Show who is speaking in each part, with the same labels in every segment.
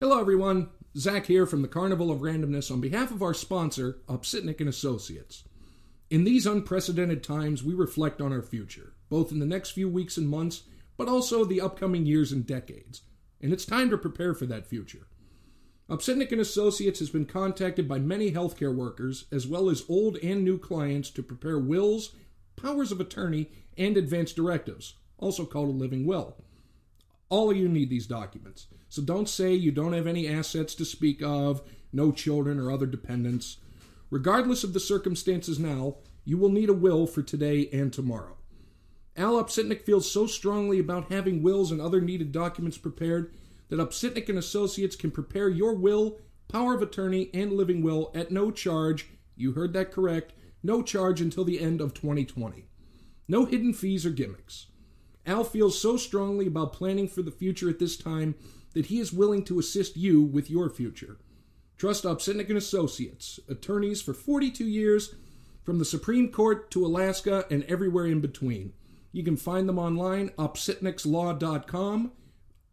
Speaker 1: Hello, everyone. Zach here from the Carnival of Randomness on behalf of our sponsor, Upsitnik and Associates. In these unprecedented times, we reflect on our future, both in the next few weeks and months, but also the upcoming years and decades. And it's time to prepare for that future. Upsitnik and Associates has been contacted by many healthcare workers, as well as old and new clients, to prepare wills, powers of attorney, and advance directives, also called a living will. All of you need these documents. So don't say you don't have any assets to speak of, no children or other dependents. Regardless of the circumstances now, you will need a will for today and tomorrow. Al Upsitnik feels so strongly about having wills and other needed documents prepared that Upsitnik and Associates can prepare your will, power of attorney, and living will at no charge. You heard that correct. No charge until the end of 2020. No hidden fees or gimmicks. Al feels so strongly about planning for the future at this time that he is willing to assist you with your future. Trust Upsitnik and Associates, attorneys for 42 years, from the Supreme Court to Alaska and everywhere in between. You can find them online, upsitnikslaw.com,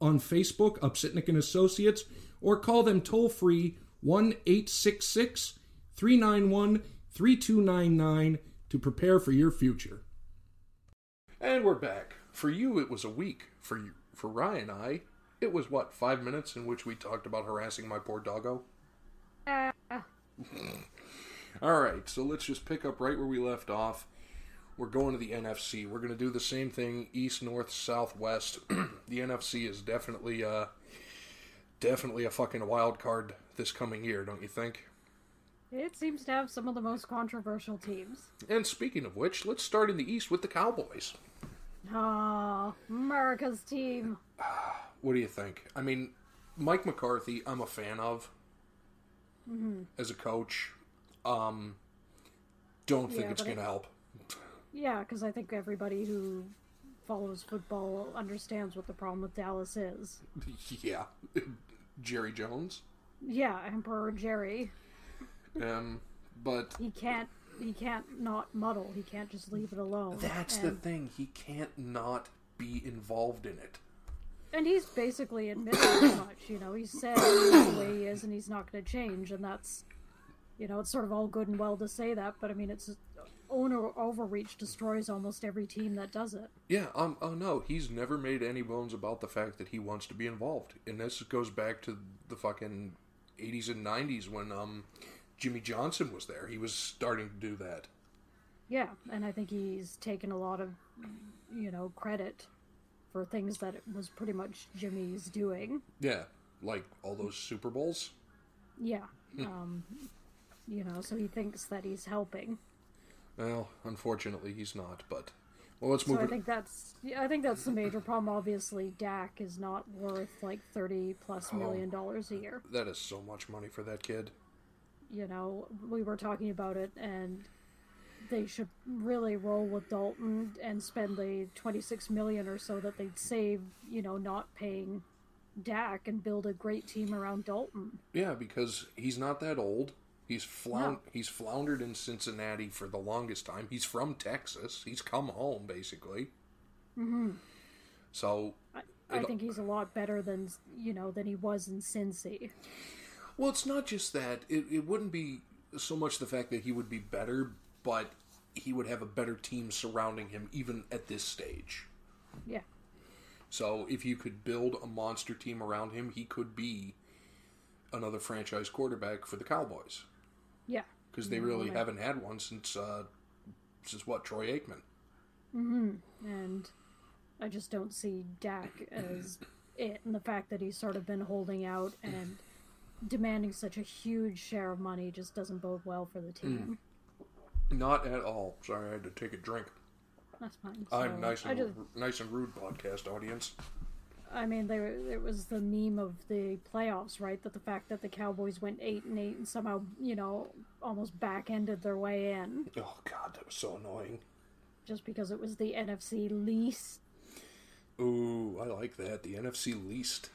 Speaker 1: on Facebook, Upsitnik and Associates, or call them toll free 1 866 391 3299 to prepare for your future. And we're back. For you, it was a week. For you, for Ryan and I, it was what five minutes in which we talked about harassing my poor doggo. All right, so let's just pick up right where we left off. We're going to the NFC. We're going to do the same thing: east, north, south, west. the NFC is definitely, uh, definitely a fucking wild card this coming year, don't you think?
Speaker 2: It seems to have some of the most controversial teams.
Speaker 1: And speaking of which, let's start in the east with the Cowboys.
Speaker 2: Oh, America's team.
Speaker 1: What do you think? I mean, Mike McCarthy, I'm a fan of
Speaker 2: Mm-hmm.
Speaker 1: as a coach. Um, don't think
Speaker 2: Yeah,
Speaker 1: it's
Speaker 2: but
Speaker 1: going to
Speaker 2: I-
Speaker 1: help.
Speaker 2: Yeah, because I think everybody who follows football understands what the problem with Dallas is.
Speaker 1: yeah, Jerry Jones.
Speaker 2: Yeah, Emperor Jerry.
Speaker 1: Um, but
Speaker 2: He can't. He can't not muddle. He can't just leave it alone.
Speaker 1: that's the
Speaker 2: and,
Speaker 1: thing. He can't not be involved in it.
Speaker 2: And he's basically admitted as much. You know, he said he's the way he is, and he's not going to change. And that's, you know, it's sort of all good and well to say that, but I mean, it's owner overreach destroys almost every team that does it.
Speaker 1: Yeah. Um. Oh no, he's never made any bones about the fact that he wants to be involved, and this goes back to the fucking '80s and '90s when um, Jimmy Johnson was there. He was starting to do that.
Speaker 2: Yeah, and I think he's taken a lot of, you know, credit for things that it was pretty much Jimmy's doing.
Speaker 1: Yeah, like all those Super Bowls.
Speaker 2: Yeah. Um, you know, so he thinks that he's helping.
Speaker 1: Well, unfortunately, he's not. But well, let's
Speaker 2: So
Speaker 1: move.
Speaker 2: I
Speaker 1: it.
Speaker 2: think that's yeah, I think that's the major problem. Obviously, Dak is not worth like thirty plus million dollars a year.
Speaker 1: that is so much money for that kid.
Speaker 2: You know, we were talking about it, and they should really roll with Dalton and spend the twenty six million or so that they'd save. You know, not paying Dak and build a great team around Dalton.
Speaker 1: Yeah, because he's not that old. He's floun-
Speaker 2: No.
Speaker 1: he's floundered in Cincinnati for the longest time. He's from Texas. He's come home basically. Mm-hmm. So,
Speaker 2: I, I
Speaker 1: It'll-
Speaker 2: think he's a lot better than you know than he was in Cincy.
Speaker 1: well, it's not just that. It it wouldn't be so much the fact that he would be better, but he would have a better team surrounding him even at this stage.
Speaker 2: Yeah,
Speaker 1: So if you could build a monster team around him, he could be another franchise quarterback for the Cowboys
Speaker 2: yeah,
Speaker 1: because they really
Speaker 2: right.
Speaker 1: haven't had one since uh, since what Troy Aikman.
Speaker 2: and I just don't see Dak as it, and the fact that he's sort of been holding out and demanding such a huge share of money just doesn't bode well for the team.
Speaker 1: Not at all. Sorry, I had to take a drink.
Speaker 2: That's fine.
Speaker 1: I'm
Speaker 2: So,
Speaker 1: nice
Speaker 2: I
Speaker 1: and
Speaker 2: just,
Speaker 1: nice and rude, podcast audience.
Speaker 2: I mean, there it was the meme of the playoffs, right? That the fact that the Cowboys went eight and eight and somehow, you know, almost back ended their way in
Speaker 1: Oh God, that was so annoying.
Speaker 2: just because it was the NFC least
Speaker 1: Ooh, I like that. The NFC least.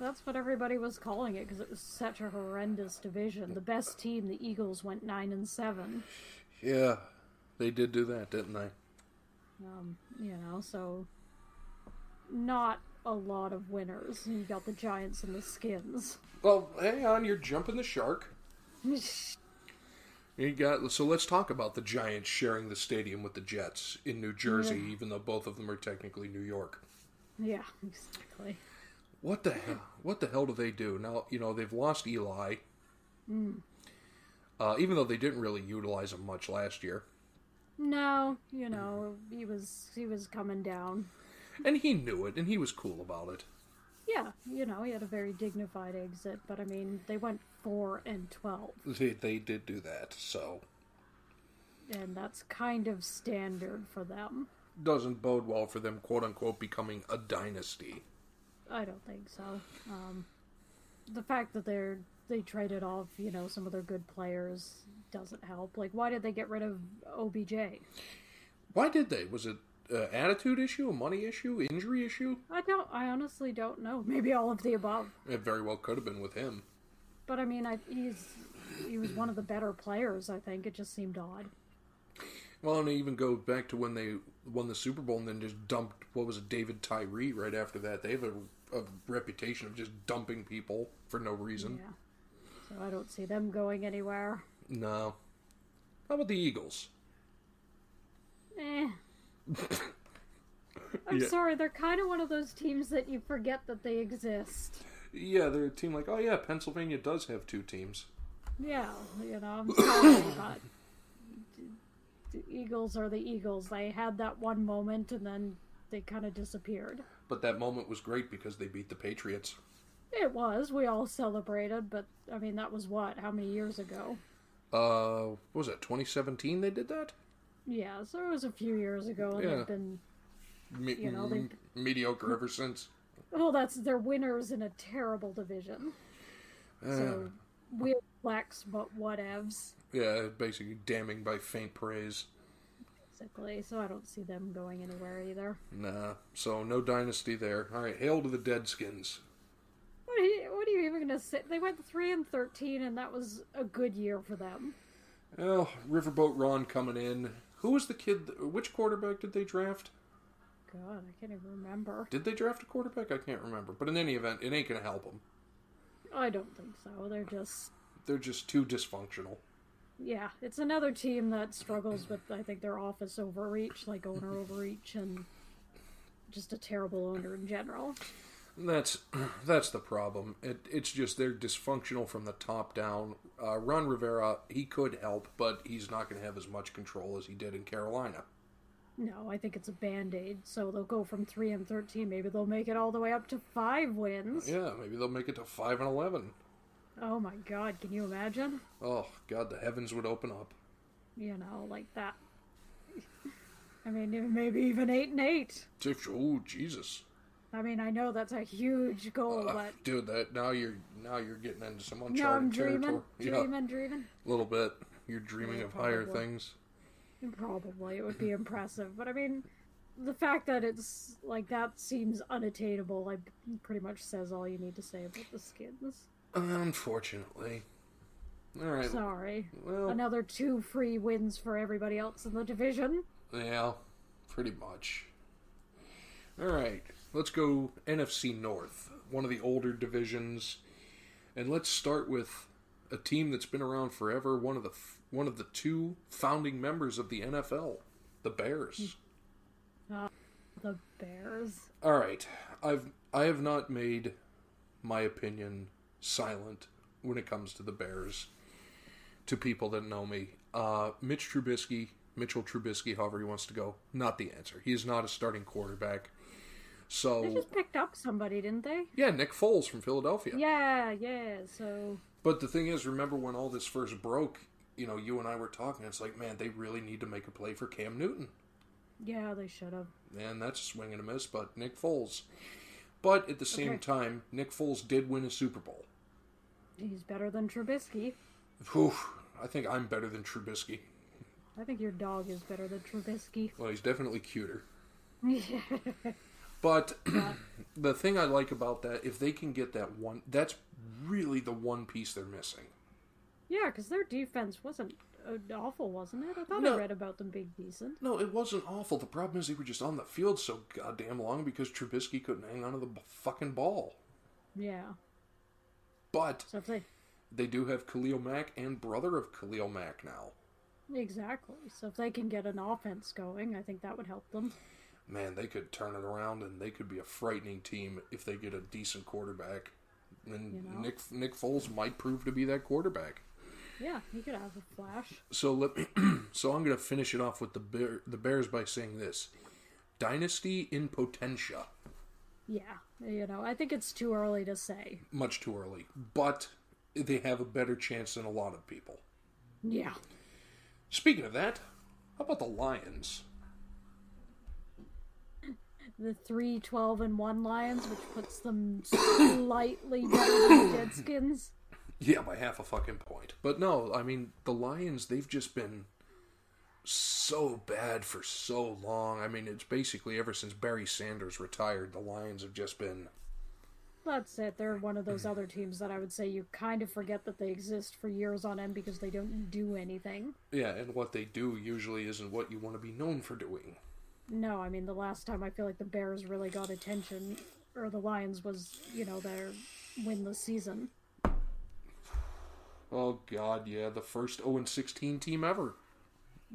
Speaker 2: That's what everybody was calling it because it was such a horrendous division. The best team, the Eagles, went nine and seven.
Speaker 1: Yeah, they did do that, didn't they?
Speaker 2: Um, you know, so not a lot of winners. You got the Giants and the Skins.
Speaker 1: Well, hang on, you're jumping the shark. You got so let's talk about the Giants sharing the stadium with the Jets in New Jersey, even though both of them are technically New York.
Speaker 2: yeah, exactly.
Speaker 1: What the hell? What the hell do they do now? You know they've lost Eli, uh, even though they didn't really utilize him much last year,
Speaker 2: No, you know he was he was coming down.
Speaker 1: and he knew it, and he was cool about it.
Speaker 2: Yeah, you know he had a very dignified exit, but I mean they went four and twelve,
Speaker 1: They they did do that, so
Speaker 2: and that's kind of standard for them.
Speaker 1: doesn't bode well for them, quote unquote, becoming a dynasty.
Speaker 2: I don't think so. Um, the fact that they're they traded off, you know, some of their good players doesn't help. Like, why did they get rid of OBJ?
Speaker 1: Why did they? Was it uh, attitude issue, a money issue, injury issue?
Speaker 2: I don't. I honestly don't know. Maybe all of the above.
Speaker 1: It very well could have been with him.
Speaker 2: But I mean, I, he's he was one of the better players. I think it just seemed odd.
Speaker 1: Well, and I even go back to when they won the Super Bowl and then just dumped what was it, David Tyree right after that. They have a, a reputation of just dumping people for no reason.
Speaker 2: Yeah. So I don't see them going anywhere.
Speaker 1: No. How about the Eagles?
Speaker 2: Eh. I'm
Speaker 1: Yeah.
Speaker 2: sorry. They're kind of one of those teams that you forget that they exist.
Speaker 1: Yeah, they're a team like, oh yeah, Pennsylvania does have two teams.
Speaker 2: Yeah, you know, I'm sorry, but the Eagles are the Eagles. They had that one moment and then they kind of disappeared.
Speaker 1: But that moment was great because they beat the Patriots.
Speaker 2: It was. We all celebrated, but I mean, that was what? How many years ago?
Speaker 1: Uh, what was that, 2017 they did that?
Speaker 2: Yeah, so it was a few years ago, and
Speaker 1: Yeah.
Speaker 2: they've been.
Speaker 1: Me-
Speaker 2: You know, they-
Speaker 1: m- mediocre ever since.
Speaker 2: Oh, that's they're winners in a terrible division. So weird flex, but whatevs,
Speaker 1: Yeah, basically damning by faint praise.
Speaker 2: basically. So I don't see them going anywhere either.
Speaker 1: Nah, so no dynasty there. All right, hail to the Deadskins.
Speaker 2: What are you, what are you even going to say? They went three and thirteen, and that was a good year for them.
Speaker 1: Oh, Riverboat Ron coming in. Who was the kid? Which quarterback did they draft?
Speaker 2: God, I can't even remember.
Speaker 1: Did they draft a quarterback? I can't remember. But in any event, it ain't going to help them.
Speaker 2: I don't think so. They're just
Speaker 1: They're just too dysfunctional.
Speaker 2: yeah. It's another team that struggles with I think their office overreach, like owner overreach, and just a terrible owner in general.
Speaker 1: That's that's the problem. It, it's just they're dysfunctional from the top down. Uh, Ron Rivera, he could help, but he's not going to have as much control as he did in Carolina.
Speaker 2: No, I think it's a band aid. So they'll go from three and thirteen. Maybe they'll make it all the way up to five wins.
Speaker 1: Yeah, maybe they'll make it to five and eleven.
Speaker 2: Oh my God, can you imagine?
Speaker 1: Oh God, the heavens would open up.
Speaker 2: You know, like that. I mean, e-, maybe even eight and eight.
Speaker 1: Oh Jesus,
Speaker 2: I mean, I know that's a huge goal,
Speaker 1: Ugh,
Speaker 2: but
Speaker 1: dude, that now you're now you're getting into some uncharted
Speaker 2: no, I'm
Speaker 1: territory.
Speaker 2: dreaming,
Speaker 1: Yeah.
Speaker 2: dreaming, dreaming.
Speaker 1: little bit. You're dreaming
Speaker 2: Yeah,
Speaker 1: of higher
Speaker 2: probably.
Speaker 1: things.
Speaker 2: Probably. It would be impressive. But I mean, the fact that it's like that seems unattainable, like, pretty much says all you need to say about the skins.
Speaker 1: Unfortunately. All right.
Speaker 2: Sorry.
Speaker 1: well,
Speaker 2: Another two free wins for everybody else in the division.
Speaker 1: yeah, pretty much. All right. Let's go NFC North, one of the older divisions, and let's start with a team that's been around forever. One of the f- one of the two founding members of the NFL, the
Speaker 2: Hmm.
Speaker 1: Bears.
Speaker 2: The Bears.
Speaker 1: All right, I've I have not made my opinion silent when it comes to the Bears. To people that know me, uh, Mitch Trubisky, Mitchell Trubisky, however he wants to go, not the answer. He is not a starting quarterback.
Speaker 2: They
Speaker 1: So
Speaker 2: just picked up somebody, didn't they?
Speaker 1: yeah, Nick Foles from Philadelphia.
Speaker 2: Yeah, yeah. So,
Speaker 1: But the thing is, remember when all this first broke? You know, you and I were talking. It's like, man, they really need to make a play for Cam Newton.
Speaker 2: yeah, they should have.
Speaker 1: and that's a swing and a miss, but Nick Foles. But at the same
Speaker 2: Okay.
Speaker 1: time, Nick Foles did win a Super Bowl.
Speaker 2: He's better than Trubisky.
Speaker 1: Whew, I think I'm better than Trubisky.
Speaker 2: I think your dog is better than Trubisky.
Speaker 1: Well, he's definitely cuter. But the thing I like about that, if they can get that one, that's really the one piece they're missing.
Speaker 2: Yeah, because their defense wasn't uh, awful, wasn't it? I thought
Speaker 1: No.
Speaker 2: I read about them being decent.
Speaker 1: No, it wasn't awful. The problem is they were just on the field so goddamn long because Trubisky couldn't hang on to the b- fucking ball.
Speaker 2: Yeah.
Speaker 1: But
Speaker 2: So if they
Speaker 1: they do have Khalil Mack and brother of Khalil Mack now.
Speaker 2: exactly. So if they can get an offense going, I think that would help them.
Speaker 1: Man, they could turn it around and they could be a frightening team if they get a decent quarterback. And
Speaker 2: You know?
Speaker 1: Nick Nick Foles might prove to be that quarterback.
Speaker 2: Yeah, he could have a flash.
Speaker 1: So let me, so I'm going to finish it off with the Bear, the Bears by saying this: dynasty in potentia.
Speaker 2: Yeah, you know, I think it's too early to say.
Speaker 1: Much too early, but they have a better chance than a lot of people.
Speaker 2: Yeah.
Speaker 1: Speaking of that, how about the Lions?
Speaker 2: The three, twelve, and 1 Lions, which puts them slightly better than the Redskins.
Speaker 1: Yeah, by half a fucking point. But no, I mean the Lions. They've just been so bad for so long. I mean, it's basically ever since Barry Sanders retired, the Lions have just been
Speaker 2: That's it. They're one of those other teams that I would say you kind of forget that they exist for years on end because they don't do anything.
Speaker 1: yeah. And what they do usually isn't what you want to be known for doing.
Speaker 2: No, I mean, the last time I feel like the Bears really got attention, or the Lions, was, you know, their winless season.
Speaker 1: Oh God, yeah, the first 0 and 16 team ever.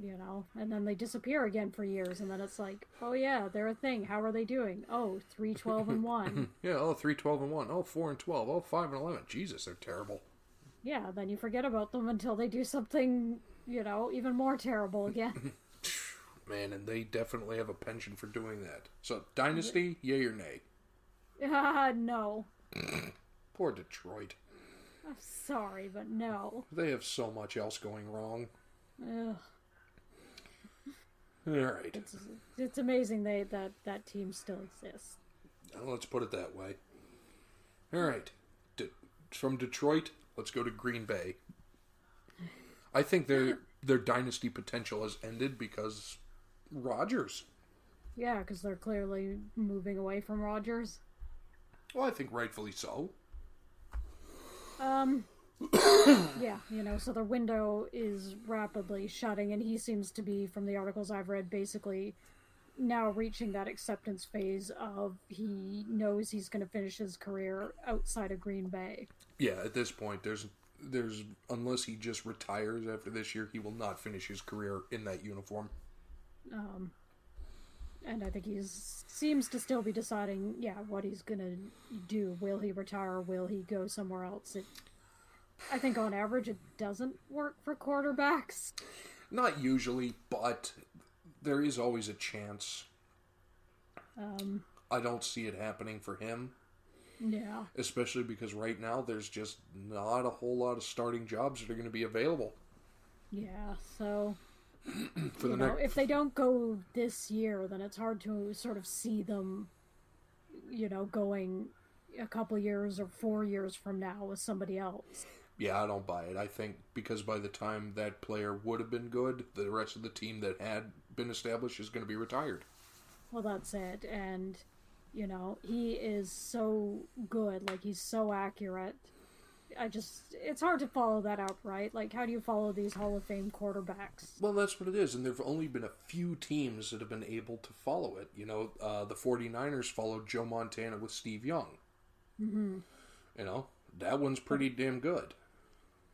Speaker 2: you know and then they disappear again for years and then it's like oh yeah they're a thing how are they doing oh 312 and 1
Speaker 1: Yeah, oh three twelve and one, oh four and twelve, oh five and eleven. Jesus, they're terrible.
Speaker 2: yeah then you forget about them until they do something you know even more terrible again
Speaker 1: Man, and they definitely have a penchant for doing that. So dynasty, yay or nay?
Speaker 2: ah no
Speaker 1: Poor Detroit.
Speaker 2: i'm sorry but no
Speaker 1: They have so much else going wrong.
Speaker 2: Ugh,
Speaker 1: All right,
Speaker 2: it's, it's amazing they that that team still exists
Speaker 1: let's put it that way. All right, De- from Detroit, let's go to Green Bay. I think their their dynasty potential has ended because Rodgers.
Speaker 2: yeah because they're clearly moving away from rogers
Speaker 1: Well, I think rightfully so.
Speaker 2: Um, yeah, you know, so their window is rapidly shutting, and he seems to be, from the articles I've read, basically now reaching that acceptance phase of he knows he's going to finish his career outside of Green Bay.
Speaker 1: Yeah, at this point, there's there's unless he just retires after this year, he will not finish his career in that uniform.
Speaker 2: Um, and I think he's seems to still be deciding, yeah, what he's going to do. Will he retire? Will he go somewhere else? It, I think on average it doesn't work for quarterbacks.
Speaker 1: Not usually, but there is always a chance.
Speaker 2: Um,
Speaker 1: I don't see it happening for him,
Speaker 2: yeah.
Speaker 1: especially because right now there's just not a whole lot of starting jobs that are going to be available
Speaker 2: Yeah, so
Speaker 1: for
Speaker 2: you
Speaker 1: the
Speaker 2: know,
Speaker 1: next.
Speaker 2: if they don't go this year, then it's hard to sort of see them, you know, going a couple years or four years from now with somebody else.
Speaker 1: Yeah, I don't buy it. I think because by the time that player would have been good, the rest of the team that had been established is going to be retired.
Speaker 2: Well, that's it. And, you know, he is so good. Like, he's so accurate. I just, it's hard to follow that up, right? Like, how do you follow these Hall of Fame quarterbacks?
Speaker 1: Well, that's what it is, and there have only been a few teams that have been able to follow it. You know, uh, the 49ers followed Joe Montana with Steve Young. Mm-hmm. You know, that one's pretty damn good.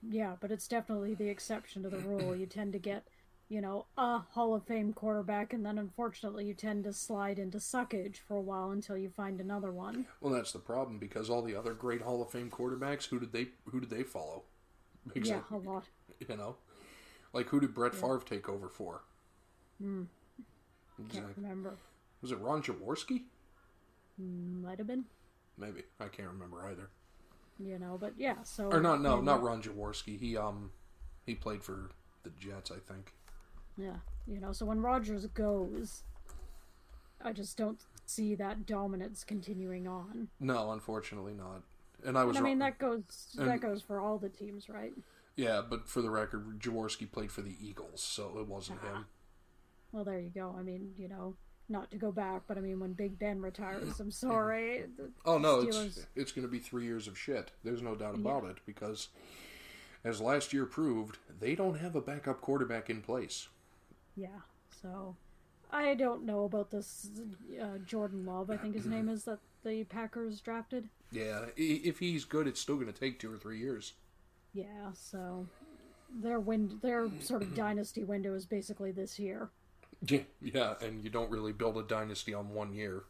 Speaker 2: Yeah, but it's definitely the exception to the rule. You tend to get, you know, a Hall of Fame quarterback, and then unfortunately you tend to slide into suckage for a while until you find another one.
Speaker 1: Well, that's the problem because all the other great Hall of Fame quarterbacks, who did they who did they follow?
Speaker 2: Yeah,
Speaker 1: Exact-
Speaker 2: a lot.
Speaker 1: You know, like who did Brett Favre take over for?
Speaker 2: Mm. Can't
Speaker 1: Exactly.
Speaker 2: remember.
Speaker 1: Was it Ron Jaworski?
Speaker 2: Might have been,
Speaker 1: Maybe I can't remember either.
Speaker 2: you know, but yeah, so.
Speaker 1: Or not? No, not Ron Jaworski. He um, he played for the Jets, I think.
Speaker 2: Yeah, you know, so when Rogers goes, I just don't see that dominance continuing on.
Speaker 1: No, unfortunately not. And I was
Speaker 2: And I mean,
Speaker 1: wrong.
Speaker 2: that goes
Speaker 1: And-
Speaker 2: that goes for all the teams, right?
Speaker 1: Yeah, but for the record, Jaworski played for the Eagles, so it wasn't
Speaker 2: Uh-huh.
Speaker 1: him.
Speaker 2: Well, there you go. I mean, you know, not to go back, but I mean, when Big Ben retires, I'm sorry.
Speaker 1: Oh no,
Speaker 2: Steelers.
Speaker 1: it's it's going to be three years of shit. There's no doubt about it because As last year proved, they don't have a backup quarterback in place.
Speaker 2: Yeah. So I don't know about this uh, Jordan Love, I think his name is, that the Packers drafted.
Speaker 1: Yeah, i- if he's good, it's still going to take two or three years.
Speaker 2: Yeah, so their wind their sort of dynasty window is basically this year.
Speaker 1: Yeah, yeah, and you don't really build a dynasty on one year,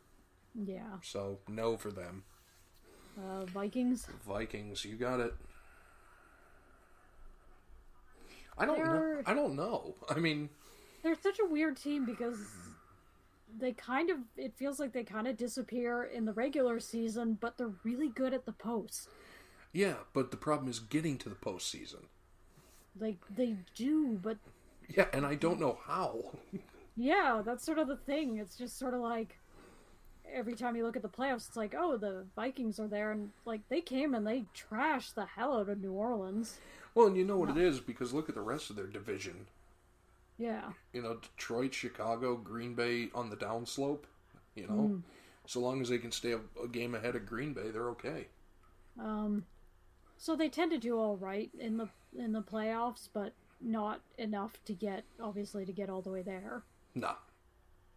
Speaker 2: Yeah.
Speaker 1: so no for them.
Speaker 2: Uh, Vikings.
Speaker 1: Vikings, you got it. I don't know.
Speaker 2: They're-
Speaker 1: I don't know. I mean,
Speaker 2: They're such a weird team because they kind of it feels like they kind of disappear in the regular season, but they're really good at the post.
Speaker 1: yeah, but the problem is getting to the postseason.
Speaker 2: Like they do, but
Speaker 1: Yeah, and I don't know how.
Speaker 2: yeah, that's sort of the thing. It's just sort of like every time you look at the playoffs, it's like, oh, the Vikings are there, and like they came and they trashed the hell out of New Orleans.
Speaker 1: Well, and you know what it is because look at the rest of their division.
Speaker 2: Yeah,
Speaker 1: You know, Detroit, Chicago, Green Bay on the downslope. You know, so long as they can stay a, a game ahead of Green Bay, they're okay.
Speaker 2: Um, so they tend to do all right in the in the playoffs, but not enough to get obviously to get all the way there.
Speaker 1: Nah,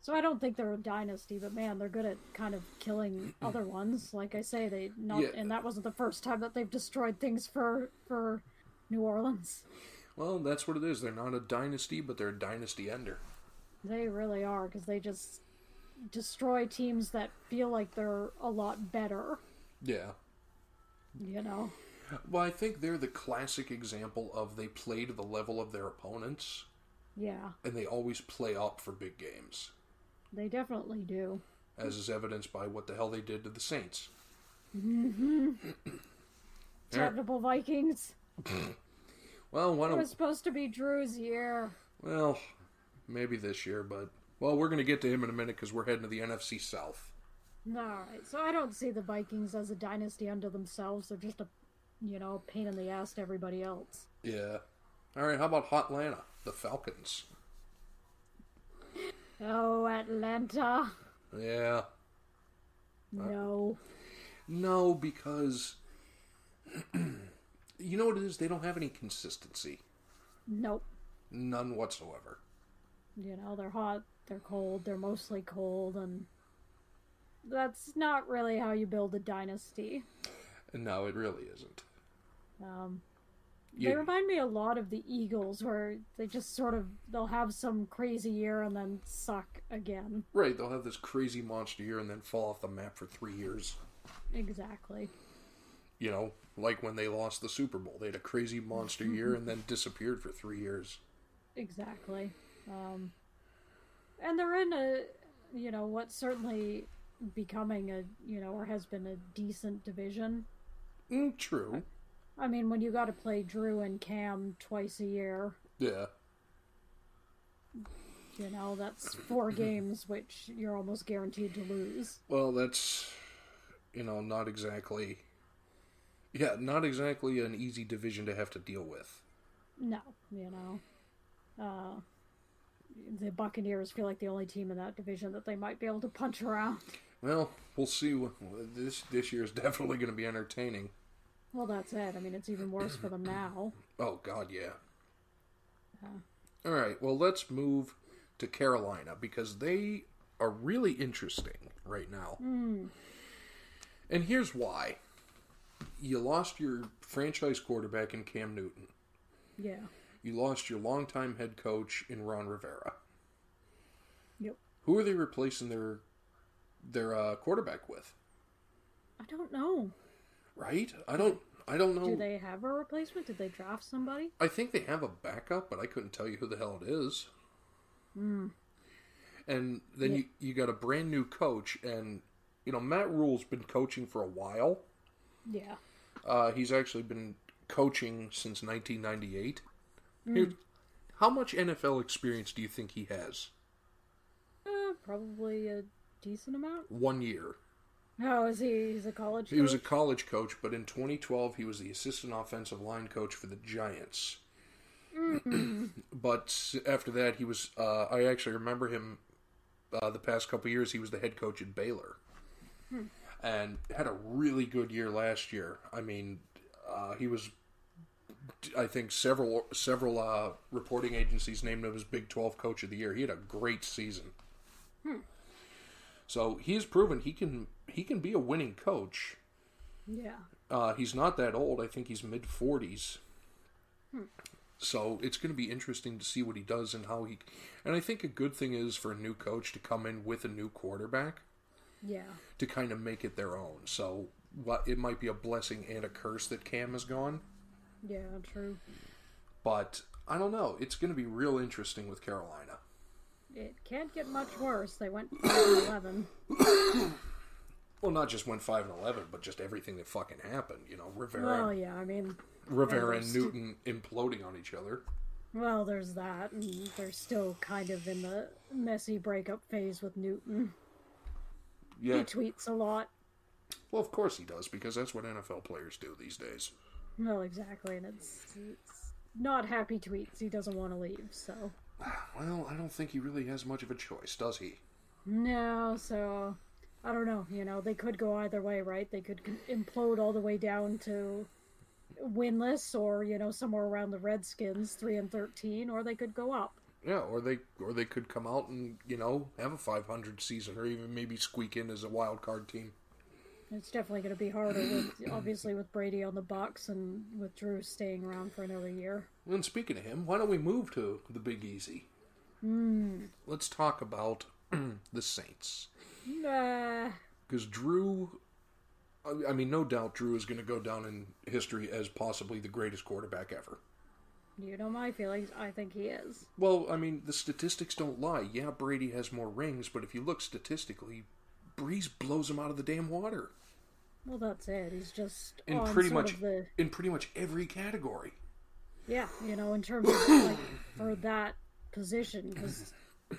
Speaker 2: So I don't think they're a dynasty, but man, they're good at kind of killing other ones. Like I say, they not
Speaker 1: Yeah.
Speaker 2: and that wasn't the first time that they've destroyed things for for New Orleans.
Speaker 1: Well, that's what it is. They're not a dynasty, but they're a dynasty ender.
Speaker 2: They really are because they just destroy teams that feel like they're a lot better.
Speaker 1: Yeah.
Speaker 2: You know,
Speaker 1: Well, I think they're the classic example of they play to the level of their opponents,
Speaker 2: yeah,
Speaker 1: and they always play up for big games,
Speaker 2: they definitely do.
Speaker 1: as is evidenced by what the hell they did to the Saints. Mm-hmm.
Speaker 2: Terrible Vikings.
Speaker 1: Well, why
Speaker 2: It was
Speaker 1: don't?
Speaker 2: supposed to be Drew's year.
Speaker 1: Well, maybe this year, but well, we're going to get to him in a minute because we're heading to the NFC South.
Speaker 2: All right, so I don't see the Vikings as a dynasty unto themselves. They're just a, you know, pain in the ass to everybody else.
Speaker 1: Yeah. All right. How about Hotlanta, the Falcons?
Speaker 2: Oh, Atlanta.
Speaker 1: Yeah.
Speaker 2: No.
Speaker 1: No, because you know what it is? They don't have any consistency.
Speaker 2: Nope.
Speaker 1: None whatsoever.
Speaker 2: You know, they're hot, they're cold, they're mostly cold, and that's not really how you build a dynasty.
Speaker 1: No, it really isn't.
Speaker 2: Um, They
Speaker 1: You-
Speaker 2: remind me a lot of the Eagles, where they just sort of, they'll have some crazy year and then suck again.
Speaker 1: right, they'll have this crazy monster year and then fall off the map for three years.
Speaker 2: Exactly.
Speaker 1: You know, like when they lost the Super Bowl. They had a crazy monster year and then disappeared for three years.
Speaker 2: Exactly. Um, and they're in a, you know, what's certainly becoming a, you know, or has been a decent division.
Speaker 1: Mm, true.
Speaker 2: I mean, when you got to play Drew and Cam twice a year,
Speaker 1: Yeah.
Speaker 2: you know, that's four games which you're almost guaranteed to lose.
Speaker 1: Well, that's, you know, not exactly. Yeah, not exactly an easy division to have to deal with.
Speaker 2: No, you know. Uh, the Buccaneers feel like the only team in that division that they might be able to punch around.
Speaker 1: Well, we'll see. wh- This this year is definitely going to be entertaining.
Speaker 2: Well, that's it. I mean, it's even worse for them now.
Speaker 1: Oh God, yeah. All right. Well, let's move to Carolina because they are really interesting right now. And here's why: you lost your franchise quarterback in Cam Newton.
Speaker 2: Yeah.
Speaker 1: You lost your longtime head coach in Ron Rivera.
Speaker 2: Yep.
Speaker 1: Who are they replacing their their uh, quarterback with?
Speaker 2: I don't know.
Speaker 1: Right? I don't. I don't know.
Speaker 2: Do they have a replacement? Did they draft somebody?
Speaker 1: I think they have a backup, but I couldn't tell you who the hell it is.
Speaker 2: Hmm.
Speaker 1: And then you, you got a brand new coach, and you know Matt Rule's been coaching for a while.
Speaker 2: Yeah.
Speaker 1: Uh, he's actually been coaching since 1998.
Speaker 2: Hmm.
Speaker 1: Here- how much NFL experience do you think he has?
Speaker 2: Uh, probably a decent amount.
Speaker 1: One year.
Speaker 2: Oh, is he? He's a college.
Speaker 1: He was a
Speaker 2: coach?
Speaker 1: college coach, but in 2012 he was the assistant offensive line coach for the Giants.
Speaker 2: Mm-hmm.
Speaker 1: but s- after that, he was. Uh, I actually remember him. Uh, the past couple years, he was the head coach at Baylor,
Speaker 2: Hmm.
Speaker 1: and had a really good year last year. I mean, uh, he was I think several several uh, reporting agencies named him as Big Twelve Coach of the Year. He had a great season.
Speaker 2: Hmm.
Speaker 1: So he's proven he can he can be a winning coach.
Speaker 2: Yeah.
Speaker 1: Uh, he's not that old. I think he's mid forties.
Speaker 2: Hmm.
Speaker 1: So it's going to be interesting to see what he does and how he. And I think a good thing is for a new coach to come in with a new quarterback
Speaker 2: Yeah.
Speaker 1: to kind of make it their own. So what it might be a blessing and a curse that Cam is gone,
Speaker 2: Yeah. True.
Speaker 1: but I don't know. It's going to be real interesting with Carolina.
Speaker 2: It can't get much worse. They went five and eleven.
Speaker 1: Well, not just went five and eleven, but just everything that fucking happened. You know, Rivera,
Speaker 2: Well, yeah. I mean,
Speaker 1: Rivera
Speaker 2: yeah,
Speaker 1: and
Speaker 2: stu-
Speaker 1: Newton imploding on each other.
Speaker 2: well, there's that, and they're still kind of in the messy breakup phase with Newton.
Speaker 1: Yeah.
Speaker 2: He tweets a lot.
Speaker 1: Well, of course he does because that's what NFL players do these days.
Speaker 2: Well, exactly, and it's, it's not happy tweets. He doesn't want to leave, so
Speaker 1: Well, I don't think he really has much of a choice, does he?
Speaker 2: no. So I don't know. You know, they could go either way, right? They could con- implode all the way down to winless, or you know, somewhere around the Redskins, three and thirteen, or they could go up.
Speaker 1: Yeah, or they or they could come out and you know have a 500 season, or even maybe squeak in as a wild card team.
Speaker 2: It's definitely going to be harder, with, obviously, with Brady on the Bucks and with Drew staying around for another year.
Speaker 1: And speaking of him, why don't we move to the Big Easy? Let's talk about the Saints.
Speaker 2: Nah,
Speaker 1: Because Drew, I- I mean, no doubt Drew is going to go down in history as possibly the greatest quarterback ever.
Speaker 2: you know my feelings. I think he is.
Speaker 1: Well, I mean, the statistics don't lie. Yeah, Brady has more rings, but if you look statistically, Breeze blows him out of the damn water
Speaker 2: Well, that's it. He's just
Speaker 1: in
Speaker 2: on
Speaker 1: pretty
Speaker 2: sort
Speaker 1: much
Speaker 2: of the
Speaker 1: in pretty much every category.
Speaker 2: yeah, you know, in terms of like for that position because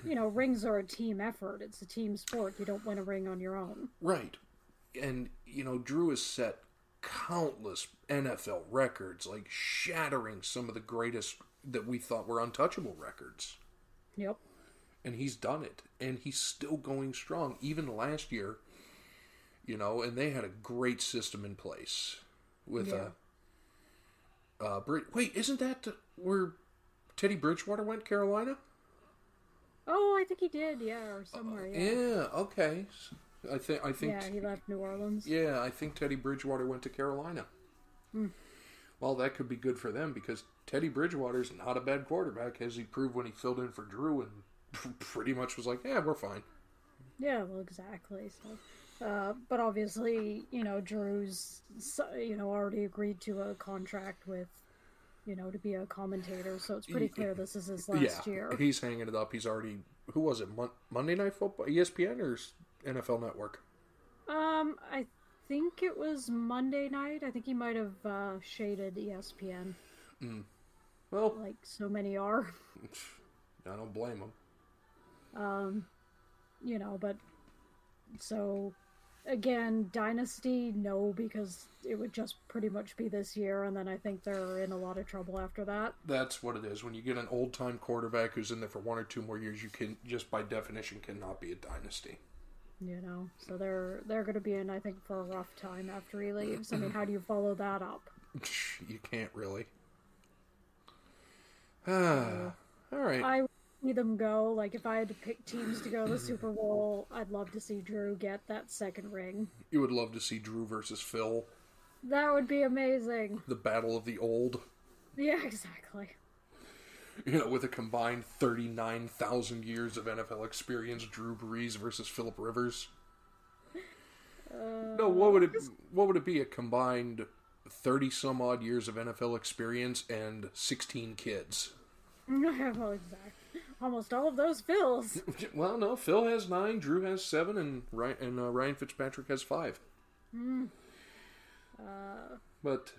Speaker 2: you know rings are a team effort. It's a team sport. You don't win a ring on your own.
Speaker 1: Right. And, you know, Drew has set countless NFL records, like shattering some of the greatest that we thought were untouchable records.
Speaker 2: Yep.
Speaker 1: And he's done it. And he's still going strong, even last year, you know, and they had a great system in place with
Speaker 2: Yeah.
Speaker 1: uh, uh, Brid- wait, isn't that where Teddy Bridgewater went, Carolina?
Speaker 2: Oh, I think he did. Yeah, or somewhere.
Speaker 1: Yeah,
Speaker 2: Yeah.
Speaker 1: okay. I think I Uh, think
Speaker 2: Yeah, he left New Orleans.
Speaker 1: Yeah, I think Teddy Bridgewater went to Carolina.
Speaker 2: Hmm.
Speaker 1: Well, that could be good for them because Teddy Bridgewater's not a bad quarterback, as he proved when he filled in for Drew and pretty much was like, "Yeah, we're fine."
Speaker 2: Yeah, well, exactly. So, uh, but obviously, you know, Drew's, so- you know, already agreed to a contract with, you know, to be a commentator. So it's pretty clear this is his last
Speaker 1: yeah,
Speaker 2: year.
Speaker 1: he's hanging it up. He's already. Who was it? Mon- Monday Night Football, ESPN, or s- NFL Network?
Speaker 2: Um, I think it was Monday night. I think he might have uh, shaded ESPN,
Speaker 1: Well,
Speaker 2: like so many are.
Speaker 1: I don't blame him.
Speaker 2: Um, you know, but so again, Dynasty, no, because it would just pretty much be this year, and then I think they're in a lot of trouble after that.
Speaker 1: That's what it is. When you get an old time quarterback who's in there for one or two more years, you can just by definition cannot be a dynasty.
Speaker 2: you know so they're they're going to be in i think for a rough time after he leaves i mean how do you follow that up
Speaker 1: You can't really. Ah, all right.
Speaker 2: i would see them go like if i had to pick teams to go to the super bowl i'd love to see drew get that second ring
Speaker 1: You would love to see Drew versus Phil,
Speaker 2: that would be amazing
Speaker 1: the battle of the old,
Speaker 2: yeah exactly
Speaker 1: you know, with a combined 39,000 years of NFL experience, Drew Brees versus Philip Rivers. no, what would it what would it be a combined 30 some odd years of NFL experience and 16 kids?
Speaker 2: well exactly almost all of those fills
Speaker 1: Well, no, Phil has 9, Drew has 7 and Ryan, and uh, Ryan Fitzpatrick has 5. but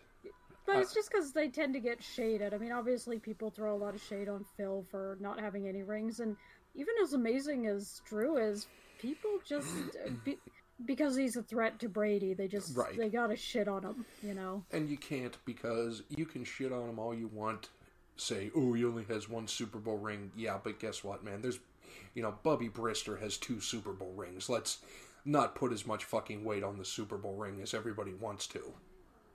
Speaker 2: but it's just because they tend to get shaded i mean obviously people throw a lot of shade on phil for not having any rings and even as amazing as drew is people just uh, be, because he's a threat to brady they just
Speaker 1: Right.
Speaker 2: they gotta shit on him you know
Speaker 1: And you can't because you can shit on him all you want. Say, oh, he only has one Super Bowl ring. Yeah, but guess what, man? There's, you know, Bubby Brister has two Super Bowl rings. Let's not put as much fucking weight on the Super Bowl ring as everybody wants to.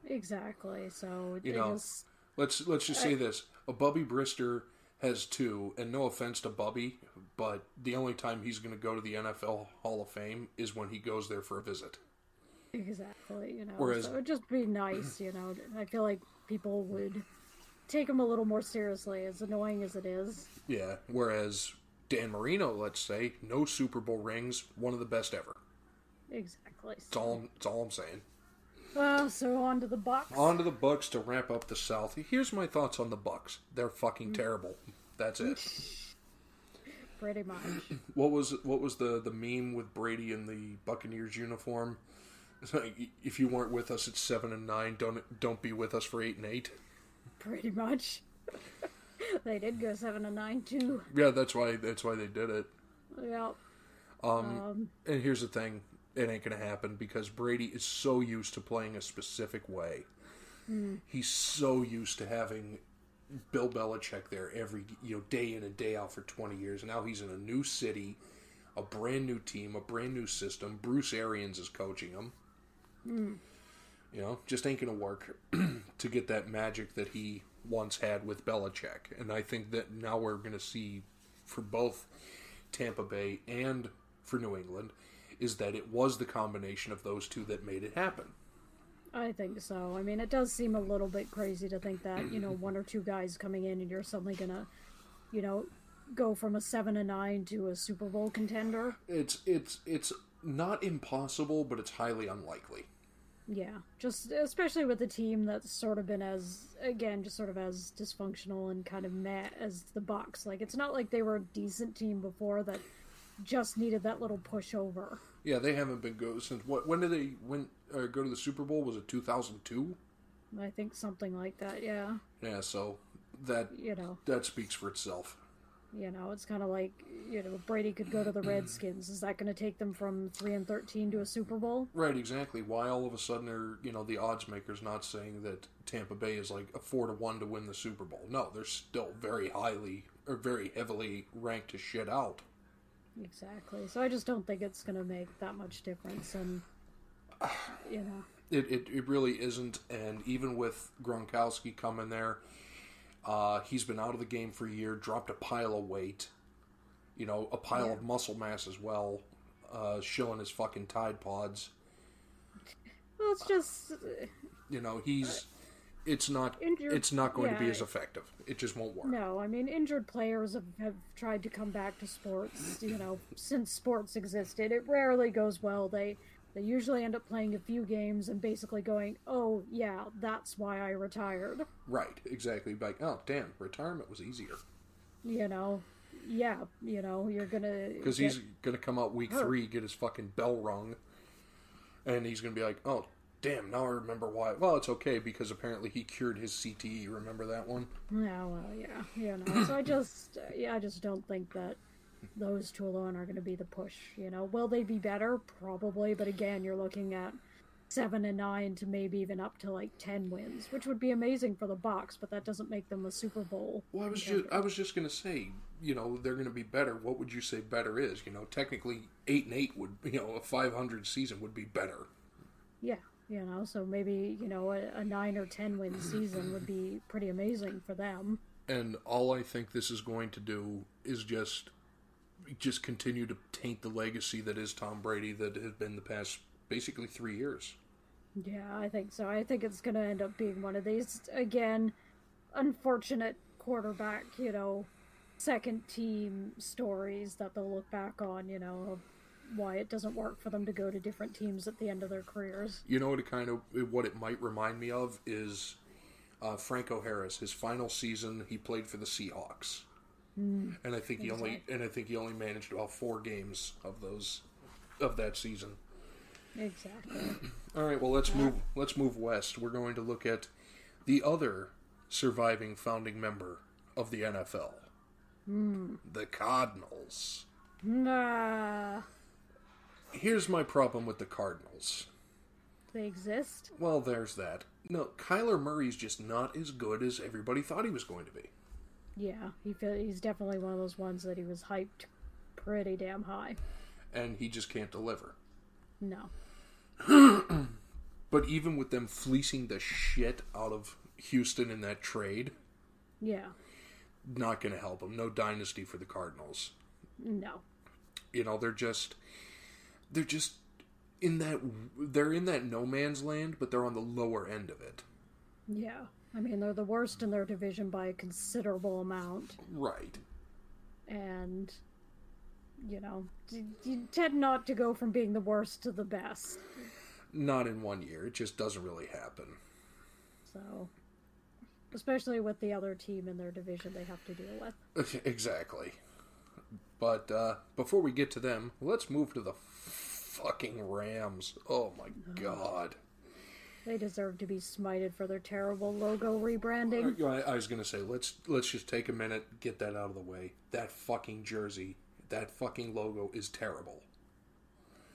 Speaker 2: exactly so
Speaker 1: You
Speaker 2: they
Speaker 1: know,
Speaker 2: just
Speaker 1: Let's let's just say this: a Bubby Brister has two, and no offense to Bubby, but the only time he's going to go to the NFL Hall of Fame is when he goes there for a visit.
Speaker 2: Exactly, you know.
Speaker 1: Whereas-
Speaker 2: so it'd just be nice, you know. I feel like people would take him a little more seriously, as annoying as it is.
Speaker 1: Yeah. Whereas Dan Marino, let's say, no Super Bowl rings, one of the best ever.
Speaker 2: Exactly.
Speaker 1: It's all I'm- it's all I'm saying.
Speaker 2: Well, so on to the box.
Speaker 1: On to the Bucks to wrap up the South. Here's my thoughts on the Bucks. They're fucking terrible. That's it.
Speaker 2: Pretty much.
Speaker 1: What was what was the the meme with Brady in the Buccaneers uniform? It's like, if you weren't with us at seven and nine, don't don't be with us for eight and eight.
Speaker 2: Pretty much. they did go seven and nine too.
Speaker 1: Yeah, that's why that's why they did it.
Speaker 2: Yep.
Speaker 1: And here's the thing, it ain't gonna happen because Brady is so used to playing a specific way. He's so used to having Bill Belichick there every you know day in and day out for 20 years. Now he's in a new city, a brand new team, a brand new system. Bruce Arians is coaching him. You know, just ain't gonna work to get that magic that he once had with Belichick. And I think that now we're gonna see for both Tampa Bay and for New England is that it was the combination of those two that made it happen.
Speaker 2: I think so. I mean, it does seem a little bit crazy to think that you know one or two guys coming in and you're suddenly gonna, you know, go from a seven and nine to a Super Bowl contender.
Speaker 1: It's it's it's not impossible, but it's highly unlikely.
Speaker 2: Yeah, just especially with a team that's sort of been as again just sort of as dysfunctional and kind of meh as the Bucks. Like it's not like they were a decent team before that just needed that little push over.
Speaker 1: Yeah, they haven't been good since what? When did they went uh, go to the Super Bowl? Was it two thousand two?
Speaker 2: I think something like that. Yeah,
Speaker 1: Yeah, so that
Speaker 2: you know,
Speaker 1: that speaks for itself.
Speaker 2: you know, it's kind of like you know Brady could go to the Redskins. Is that going to take them from three and thirteen to a Super Bowl?
Speaker 1: Right, exactly. Why all of a sudden are you know the odds makers not saying that Tampa Bay is like a four to one to win the Super Bowl? No, they're still very highly or very heavily ranked as shit out.
Speaker 2: Exactly. So I just don't think it's going to make that much difference, and you know,
Speaker 1: It, it, it really isn't. And even with Gronkowski coming there, uh, he's been out of the game for a year, dropped a pile of weight, you know, a pile of muscle mass as well, uh, shilling his fucking Tide Pods.
Speaker 2: well, it's just
Speaker 1: You know, he's. It's not.
Speaker 2: Injured-
Speaker 1: It's not going to be
Speaker 2: yeah.
Speaker 1: as effective. It just won't work.
Speaker 2: No, I mean injured players have, have tried to come back to sports. You know, since sports existed, it rarely goes well. They they usually end up playing a few games and basically going, "Oh yeah, that's why I retired."
Speaker 1: Right? Exactly. Like, oh damn, retirement was easier
Speaker 2: You know, yeah, you know, you're gonna
Speaker 1: because
Speaker 2: get-
Speaker 1: he's going to come out week three, get his fucking bell rung, and he's going to be like, oh. Damn, now I remember why. Well, it's okay because apparently he cured his CTE. Remember that one?
Speaker 2: yeah, well, yeah, you know. So I just uh, yeah, I just don't think that those two alone are going to be the push. You know, will they be better? Probably, but again, you're looking at seven and nine to maybe even up to like ten wins, which would be amazing for the Bucks, but that doesn't make them a Super Bowl.
Speaker 1: Well, I was just I was just gonna say, you know, they're gonna be better. What would you say better is? You know, technically eight and eight would, you know, a five hundred season would be better.
Speaker 2: Yeah, you know. So maybe you know a, a nine or ten win season would be pretty amazing for them.
Speaker 1: And all I think this is going to do is just just continue to taint the legacy that is Tom Brady that has been the past basically three years.
Speaker 2: Yeah, I think so. I think it's going to end up being one of these again, unfortunate quarterback, you know, second team stories that they'll look back on, you know, of why it doesn't work for them to go to different teams at the end of their careers.
Speaker 1: You know what it kind of what it might remind me of is uh, Franco Harris. His final season, he played for the Seahawks, and I think he only and I think he only managed about four games of those of that season.
Speaker 2: Exactly.
Speaker 1: All right, well let's move let's move west. We're going to look at the other surviving founding member of the NFL, the Cardinals.
Speaker 2: nah,
Speaker 1: Here's my problem with the Cardinals.
Speaker 2: they exist.
Speaker 1: Well, there's that. No, Kyler Murray's just not as good as everybody thought he was going to be.
Speaker 2: Yeah, he feel, he's definitely one of those ones that he was hyped pretty damn high.
Speaker 1: and he just can't deliver.
Speaker 2: No.
Speaker 1: But even with them fleecing the shit out of Houston in that trade,
Speaker 2: Yeah.
Speaker 1: not going to help them. No dynasty for the Cardinals.
Speaker 2: No.
Speaker 1: You know, they're just they're just in that they're in that no man's land, but they're on the lower end of it.
Speaker 2: Yeah. I mean, they're the worst in their division by a considerable amount.
Speaker 1: Right.
Speaker 2: And, you know, d- you tend not to go from being the worst to the best.
Speaker 1: Not in one year. It just doesn't really happen.
Speaker 2: So, especially with the other team in their division they have to deal with.
Speaker 1: Exactly. But uh, before we get to them, let's move to the fucking Rams. Oh my god.
Speaker 2: They deserve to be smited for their terrible logo rebranding.
Speaker 1: I, I was gonna say let's let's just take a minute, get that out of the way. That fucking jersey, that fucking logo is terrible.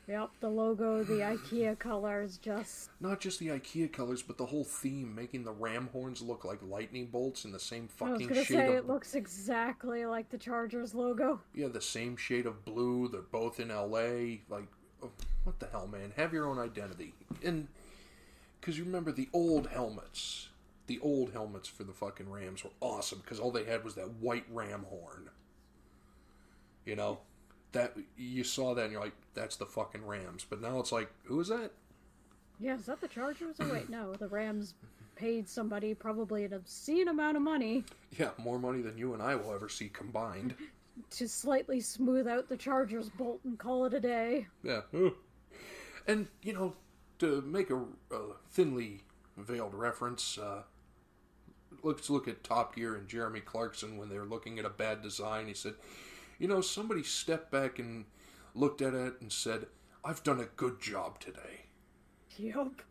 Speaker 2: Yep, the logo, the IKEA colors, just
Speaker 1: Not just the IKEA colors, but the whole theme, making the ram horns look like lightning bolts in the same
Speaker 2: I was
Speaker 1: fucking
Speaker 2: gonna
Speaker 1: shade
Speaker 2: say
Speaker 1: of
Speaker 2: it looks exactly like the Chargers logo.
Speaker 1: yeah, the same shade of blue. They're both in L.A. Like, oh, what the hell, man? Have your own identity. And because you remember the old helmets, the old helmets for the fucking Rams were awesome because all they had was that white ram horn. You know, that you saw that and you're like, that's the fucking Rams. But now it's like, who is that?
Speaker 2: Yeah, is that the Chargers? Oh wait, no, the Rams paid somebody probably an obscene amount of money
Speaker 1: Yeah, more money than you and I will ever see combined.
Speaker 2: to slightly smooth out the Chargers bolt and call it a day.
Speaker 1: Yeah. And, you know, to make a, a thinly veiled reference, uh, let's look at Top Gear and Jeremy Clarkson when they were looking at a bad design. He said, You know, somebody stepped back and looked at it and said, I've done a good job today.
Speaker 2: Yup.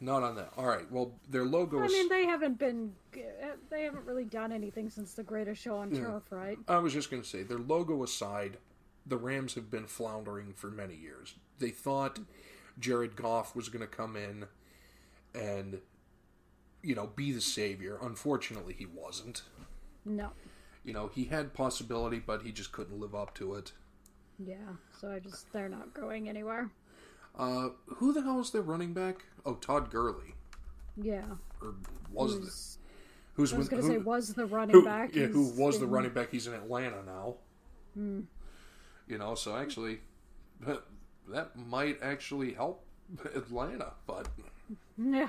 Speaker 1: Not on that. All right. Well, their logo
Speaker 2: I
Speaker 1: is.
Speaker 2: mean, they haven't been, they haven't really done anything since the greatest show on turf, right?
Speaker 1: I was just going to say, their logo aside, the Rams have been floundering for many years. They thought Jared Goff was going to come in and, you know, be the savior. Unfortunately, he wasn't.
Speaker 2: No.
Speaker 1: You know, he had possibility, but he just couldn't live up to it.
Speaker 2: Yeah. So I just, they're not going anywhere.
Speaker 1: Uh, who the hell is their running back? Oh, Todd Gurley.
Speaker 2: Yeah.
Speaker 1: Or was it?
Speaker 2: Who's-
Speaker 1: Who's
Speaker 2: I was
Speaker 1: who,
Speaker 2: going to say was the running
Speaker 1: who,
Speaker 2: back.
Speaker 1: yeah, who
Speaker 2: He's
Speaker 1: was the
Speaker 2: been-
Speaker 1: running back? He's in Hmm. Atlanta now. You know, so actually, that, that might actually help Atlanta. But
Speaker 2: Yeah.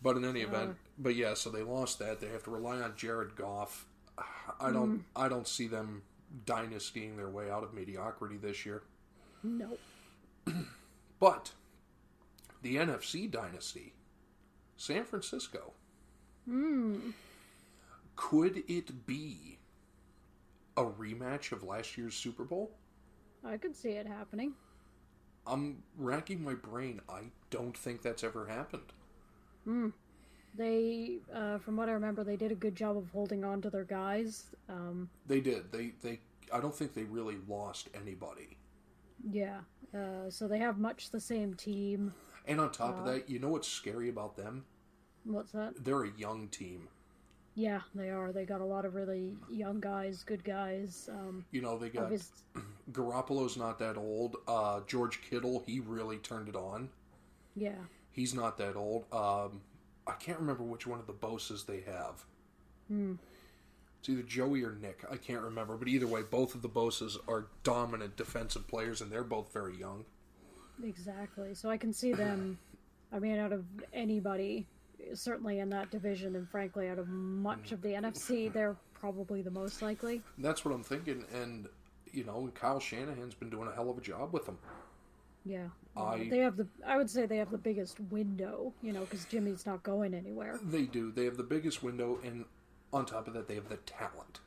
Speaker 1: but in any event, but yeah, so they lost that. They have to rely on Jared Goff. I don't I don't see them dynastying their way out of mediocrity this year.
Speaker 2: No.
Speaker 1: But the NFC dynasty, San Francisco. Could it be a rematch of last year's Super Bowl?
Speaker 2: I could see it happening.
Speaker 1: I'm racking my brain. I don't think that's ever happened.
Speaker 2: They, uh, from what I remember, they did a good job of holding on to their guys. Um,
Speaker 1: They did. They they I don't think they really lost anybody.
Speaker 2: yeah. Uh, so they have much the same team.
Speaker 1: And on top of that, you know what's scary about them?
Speaker 2: What's that?
Speaker 1: They're a young team.
Speaker 2: Yeah, they are. They got a lot of really young guys, good guys. Um,
Speaker 1: You know, they got
Speaker 2: obvious-
Speaker 1: Garoppolo's not that old. Uh, George Kittle, he really turned it on.
Speaker 2: yeah.
Speaker 1: He's not that old. Um, I can't remember which one of the Boses they have. It's either Joey or Nick. I can't remember, but either way, both of the Boses are dominant defensive players, and they're both very young.
Speaker 2: Exactly. So I can see them. I mean, out of anybody, certainly in that division, and frankly, out of much of the NFC, they're probably the most likely.
Speaker 1: That's what I'm thinking, and you know, Kyle Shanahan's been doing a hell of a job with them.
Speaker 2: Yeah.
Speaker 1: I-
Speaker 2: They have the. I would say they have the biggest window, you know, because Jimmy's not going anywhere.
Speaker 1: They do. They have the biggest window, and on top of that, they have the talent.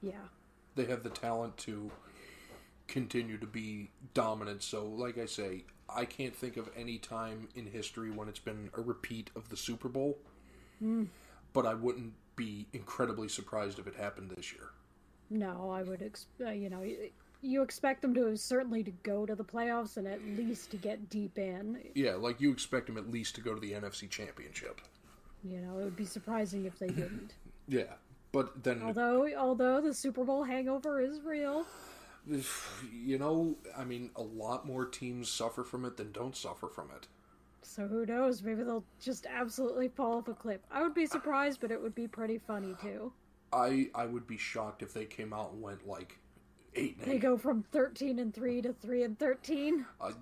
Speaker 2: Yeah.
Speaker 1: They have the talent to continue to be dominant. So, like I say, I can't think of any time in history when it's been a repeat of the Super Bowl. But I wouldn't be incredibly surprised if it happened this year.
Speaker 2: No, I would. Ex- uh, you know, y- you expect them to certainly to go to the playoffs and at least to get deep in.
Speaker 1: Yeah, like you expect them at least to go to the NFC Championship.
Speaker 2: You know, it would be surprising if they didn't.
Speaker 1: Yeah, but then
Speaker 2: although, although the Super Bowl hangover is real.
Speaker 1: You know, I mean, a lot more teams suffer from it than don't suffer from it.
Speaker 2: So who knows? Maybe they'll just absolutely fall off a cliff. I would be surprised, but it would be pretty funny too.
Speaker 1: I I would be shocked if they came out and went like eight and
Speaker 2: They
Speaker 1: eight.
Speaker 2: go from thirteen and three to three and thirteen.
Speaker 1: Uh,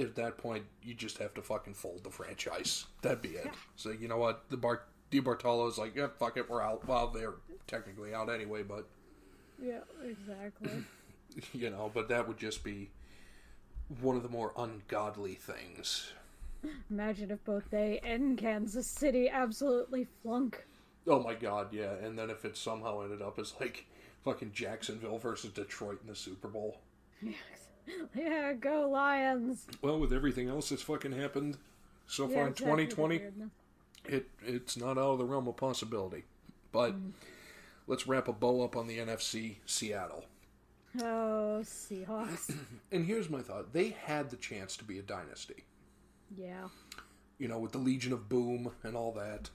Speaker 1: at that point, you just have to fucking fold the franchise. That'd be it. So you know what? The Bar Di Bartolo's like, yeah, fuck it, we're out. Well, they're technically out anyway, but
Speaker 2: Yeah, exactly.
Speaker 1: you know, but that would just be one of the more ungodly things.
Speaker 2: Imagine if both they and Kansas City absolutely flunk.
Speaker 1: Oh my god, yeah. And then if it somehow ended up as like fucking Jacksonville versus Detroit in the Super Bowl.
Speaker 2: yeah, go Lions.
Speaker 1: Well, with everything else that's fucking happened so
Speaker 2: Yeah,
Speaker 1: far in
Speaker 2: exactly,
Speaker 1: twenty twenty,
Speaker 2: weird enough.
Speaker 1: it it's not out of the realm of possibility. But let's wrap a bow up on the NFC Seattle.
Speaker 2: Oh, Seahawks.
Speaker 1: And here's my thought. They had the chance to be a dynasty.
Speaker 2: yeah.
Speaker 1: You know, with the Legion of Boom and all that.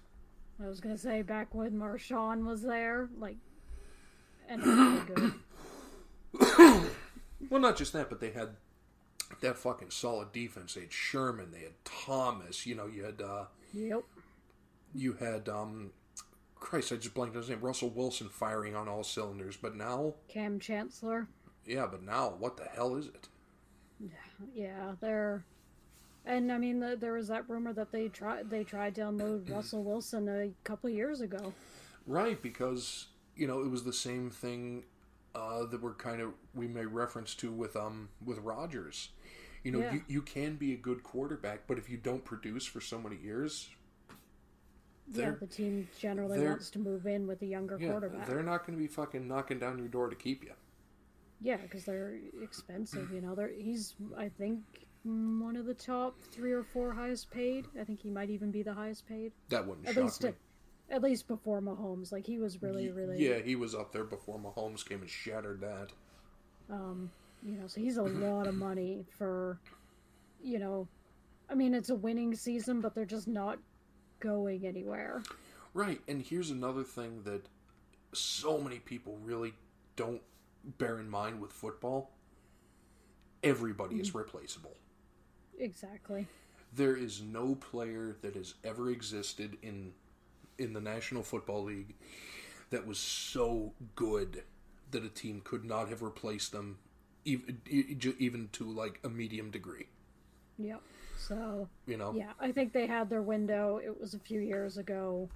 Speaker 2: I was gonna say back when Marshawn was there, like, and it was really good.
Speaker 1: Well, not just that, but they had that fucking solid defense. They had Sherman, they had Thomas, you know, you had uh
Speaker 2: yep,
Speaker 1: you had um Christ, I just blanked on his name. Russell Wilson firing on all cylinders, but now,
Speaker 2: Cam Chancellor.
Speaker 1: yeah, but now, what the hell is it?
Speaker 2: Yeah, they're, and I mean, the, there was that rumor that they tried they tried to unload Russell Wilson a couple years ago.
Speaker 1: Right, because you know it was the same thing uh, that we're kind of we may reference to with um with Rodgers. You know,
Speaker 2: Yeah.
Speaker 1: you, you can be a good quarterback, but if you don't produce for so many years,
Speaker 2: yeah,
Speaker 1: they're
Speaker 2: the team generally
Speaker 1: they're-
Speaker 2: wants to move in with a younger
Speaker 1: yeah,
Speaker 2: quarterback.
Speaker 1: they're not going to be fucking knocking down your door to keep you.
Speaker 2: Yeah, because they're expensive. You know, they're he's I think mm, one of the top three or four highest paid. I think he might even be the highest paid.
Speaker 1: That wouldn't
Speaker 2: At
Speaker 1: shock
Speaker 2: least,
Speaker 1: me.
Speaker 2: at least before Mahomes, like he was really, really,
Speaker 1: Yeah, he was up there before Mahomes came and shattered that.
Speaker 2: you know. So he's a lot of money for, you know, I mean it's a winning season, but they're just not going anywhere.
Speaker 1: Right, and here's another thing that so many people really don't bear in mind with football. Everybody is replaceable.
Speaker 2: Exactly.
Speaker 1: There is no player that has ever existed in in the National Football League that was so good that a team could not have replaced them even, even to like a medium degree,
Speaker 2: Yep. So
Speaker 1: you know.
Speaker 2: yeah, I think they had their window. It was a few years ago.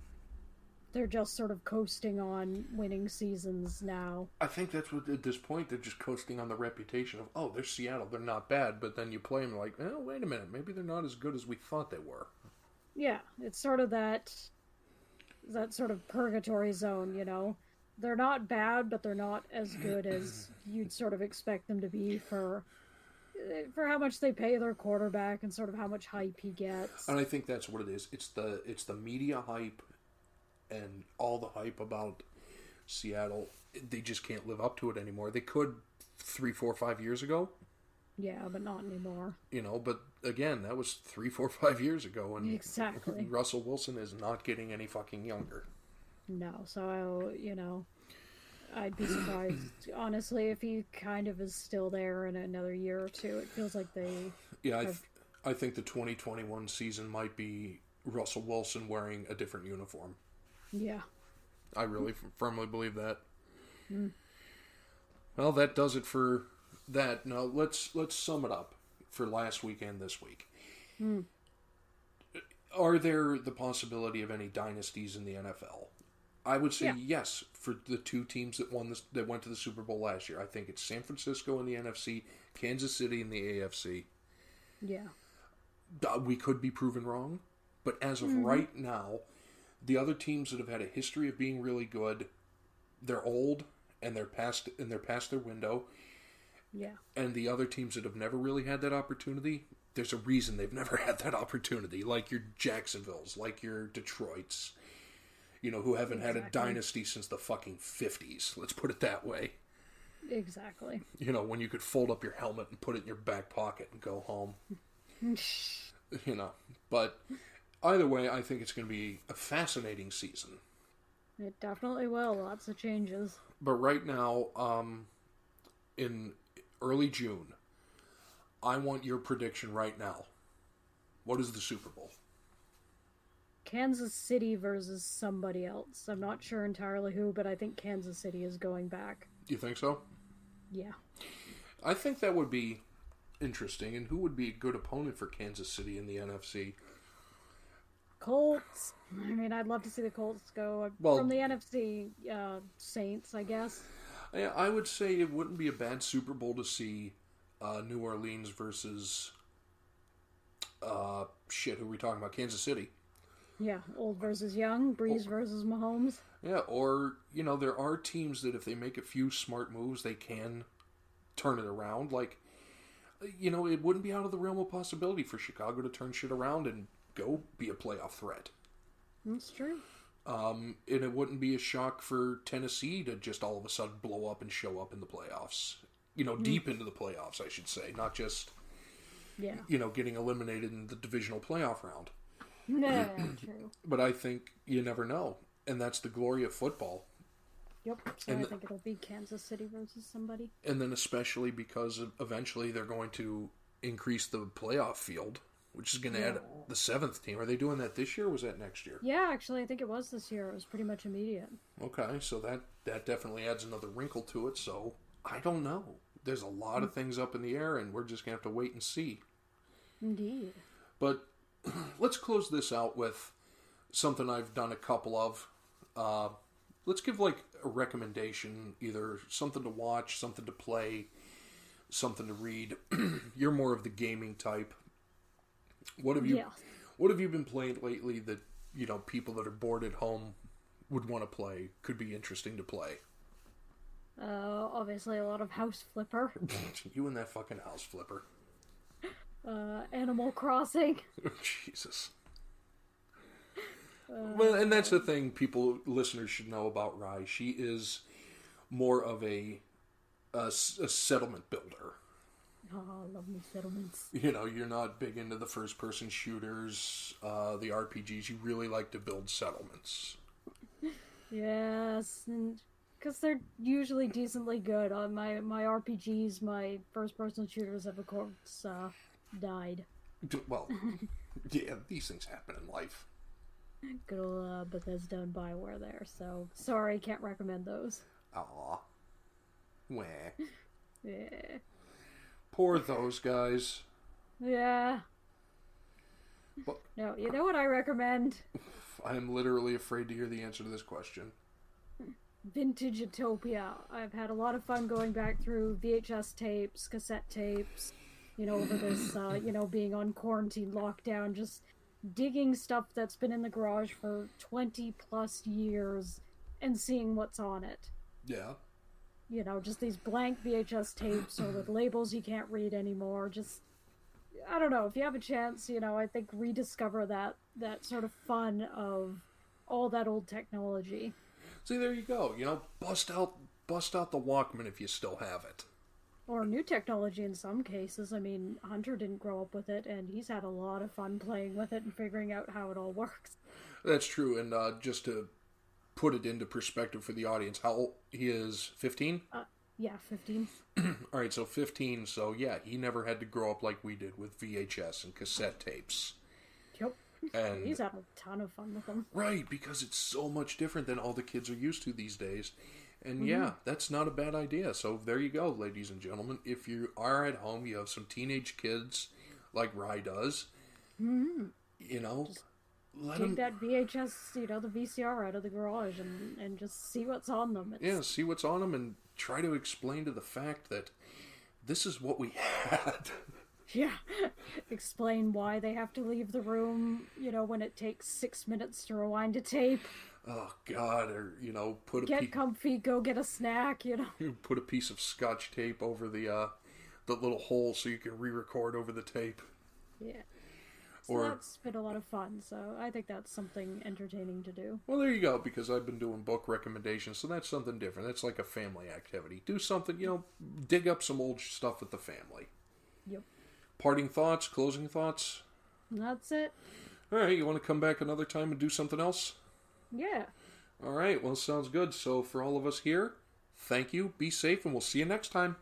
Speaker 2: They're just sort of coasting on winning seasons now.
Speaker 1: I think that's what at this point they're just coasting on the reputation of oh they're Seattle they're not bad but then you play them like oh wait a minute maybe they're not as good as we thought they were
Speaker 2: Yeah, it's sort of that that sort of purgatory zone, you know. They're not bad, but they're not as good as you'd sort of expect them to be for eh, for how much they pay their quarterback and sort of how much hype he gets.
Speaker 1: and I think that's what it is it's the it's the media hype and all the hype about Seattle they just can't live up to it anymore they could three four five years ago
Speaker 2: Yeah, but not anymore.
Speaker 1: you know but again that was three four five years ago and
Speaker 2: Exactly.
Speaker 1: Russell Wilson is not getting any fucking younger
Speaker 2: No, so you know, I'd be surprised honestly if he kind of is still there in another year or two. It feels like they
Speaker 1: Yeah, I, th- I think the 2021 season might be Russell Wilson wearing a different uniform.
Speaker 2: yeah.
Speaker 1: I really f- firmly believe that. Well, that does it for that. Now let's let's sum it up for last week and this week. Are there the possibility of any dynasties in the NFL? I would say
Speaker 2: Yeah.
Speaker 1: yes for the two teams that won this that went to the Super Bowl last year. I think it's San Francisco in the NFC, Kansas City in the AFC.
Speaker 2: Yeah.
Speaker 1: Uh, we could be proven wrong, but as of right now, the other teams that have had a history of being really good, they're old and they're past and they're past their window.
Speaker 2: Yeah.
Speaker 1: And the other teams that have never really had that opportunity, there's a reason they've never had that opportunity. Like your Jacksonville's, like your Detroit's, you know, who haven't had a
Speaker 2: Exactly.
Speaker 1: dynasty since the fucking fifties. Let's put it that way.
Speaker 2: Exactly.
Speaker 1: You know, when you could fold up your helmet and put it in your back pocket and go home. you know. But either way, I think it's going to be a fascinating season.
Speaker 2: It definitely will. Lots of changes.
Speaker 1: But right now, um, in early June. I want your prediction right now. What is the Super Bowl?
Speaker 2: Kansas City versus somebody else. I'm not sure entirely who, but I think Kansas City is going back.
Speaker 1: Do you think so?
Speaker 2: Yeah.
Speaker 1: I think that would be interesting. And who would be a good opponent for Kansas City in the NFC?
Speaker 2: Colts. I mean, I'd love to see the Colts go
Speaker 1: Well-
Speaker 2: from the NFC uh, Saints, I guess.
Speaker 1: I, I would say it wouldn't be a bad Super Bowl to see uh, New Orleans versus uh, shit. Who are we talking about? Kansas City.
Speaker 2: Yeah, old versus young,
Speaker 1: Oh.
Speaker 2: Breeze versus Mahomes.
Speaker 1: Yeah, or you know, there are teams that if they make a few smart moves, they can turn it around. Like, you know, it wouldn't be out of the realm of possibility for Chicago to turn shit around and go be a playoff threat.
Speaker 2: That's true.
Speaker 1: Um, and it wouldn't be a shock for Tennessee to just all of a sudden blow up and show up in the playoffs. You know, deep into the playoffs, I should say, not just
Speaker 2: Yeah.
Speaker 1: you know getting eliminated in the divisional playoff round.
Speaker 2: Yeah, true.
Speaker 1: But I think you never know, and that's the glory of football.
Speaker 2: Yep. So
Speaker 1: And
Speaker 2: I
Speaker 1: the-
Speaker 2: think it'll be Kansas City versus somebody.
Speaker 1: and then especially because eventually they're going to increase the playoff field, which is going to add the seventh team. Are they doing that this year? or Was that next year?
Speaker 2: Yeah, actually, I think it was this year. It was pretty much immediate.
Speaker 1: Okay, so that that definitely adds another wrinkle to it. So I don't know. There's a lot of things up in the air, and we're just gonna have to wait and see.
Speaker 2: Indeed.
Speaker 1: But let's close this out with something I've done a couple of. Uh, let's give like a recommendation, either something to watch, something to play, something to read. You're more of the gaming type. What have you
Speaker 2: Yeah.
Speaker 1: What have you been playing lately that you know people that are bored at home would want to play? Could be interesting to play.
Speaker 2: Uh, obviously, a lot of House Flipper,
Speaker 1: you and that fucking house flipper.
Speaker 2: uh, Animal Crossing.
Speaker 1: Oh, Jesus. well, and that's the thing people listeners should know about Rye. She is more of a, a s- a settlement builder.
Speaker 2: Oh, I love me settlements.
Speaker 1: You know, you're not big into the first person shooters, uh, the RPGs. You really like to build settlements.
Speaker 2: Yes, and because they're usually decently good. On my my RPGs, my first person shooters have of course uh, died.
Speaker 1: D- Well, yeah, these things happen in life.
Speaker 2: Good old uh, Bethesda and Bioware there. So sorry, can't recommend those.
Speaker 1: Aw. Wah.
Speaker 2: Yeah,
Speaker 1: Poor those guys.
Speaker 2: yeah.
Speaker 1: But
Speaker 2: No, you know what I recommend?
Speaker 1: I'm literally afraid to hear the answer to this question.
Speaker 2: Vintage Utopia. I've had a lot of fun going back through VHS tapes, cassette tapes, you know, over this, uh, you know, being on quarantine lockdown, just digging stuff that's been in the garage for 20 plus years and seeing what's on it.
Speaker 1: Yeah.
Speaker 2: You know, just these blank VHS tapes or with labels you can't read anymore. Just, I don't know, if you have a chance, you know, I think rediscover that, that sort of fun of all that old technology.
Speaker 1: See, there you go. You know, bust out, bust out the Walkman if you still have it.
Speaker 2: or new technology in some cases. I mean, Hunter didn't grow up with it, and he's had a lot of fun playing with it and figuring out how it all works.
Speaker 1: That's true. And uh, just to put it into perspective for the audience, how old he is? Fifteen.
Speaker 2: Yeah, 15.
Speaker 1: All right, so fifteen. So yeah, he never had to grow up like we did with VHS and cassette tapes.
Speaker 2: Yep.
Speaker 1: And
Speaker 2: He's had a ton of fun with them.
Speaker 1: right, because it's so much different than all the kids are used to these days. And
Speaker 2: Mm-hmm.
Speaker 1: yeah, that's not a bad idea. So there you go, ladies and gentlemen. If you are at home, you have some teenage kids like Rye does. You know, let
Speaker 2: Mm-hmm. Take
Speaker 1: them
Speaker 2: that VHS, you know, the VCR out of the garage and, and just see what's on them. It's,
Speaker 1: yeah, see what's on them and try to explain to the fact that this is what we had.
Speaker 2: yeah. Explain why they have to leave the room, you know, when it takes six minutes to rewind a tape.
Speaker 1: oh God, or you know, put a
Speaker 2: Get
Speaker 1: pe-
Speaker 2: comfy, go get a snack, you know.
Speaker 1: put a piece of scotch tape over the uh, the little hole so you can re-record over the tape.
Speaker 2: Yeah. So
Speaker 1: Or-
Speaker 2: that's been a lot of fun. So I think that's something entertaining to do.
Speaker 1: Well, there you go. Because I've been doing book recommendations, so that's something different. That's like a family activity. Do something, you know, dig up some old stuff with the family.
Speaker 2: Yep.
Speaker 1: Parting thoughts, closing thoughts.
Speaker 2: That's it.
Speaker 1: All right, you want to come back another time and do something else?
Speaker 2: Yeah.
Speaker 1: All right, well, sounds good. So, for all of us here, thank you, be safe, and we'll see you next time.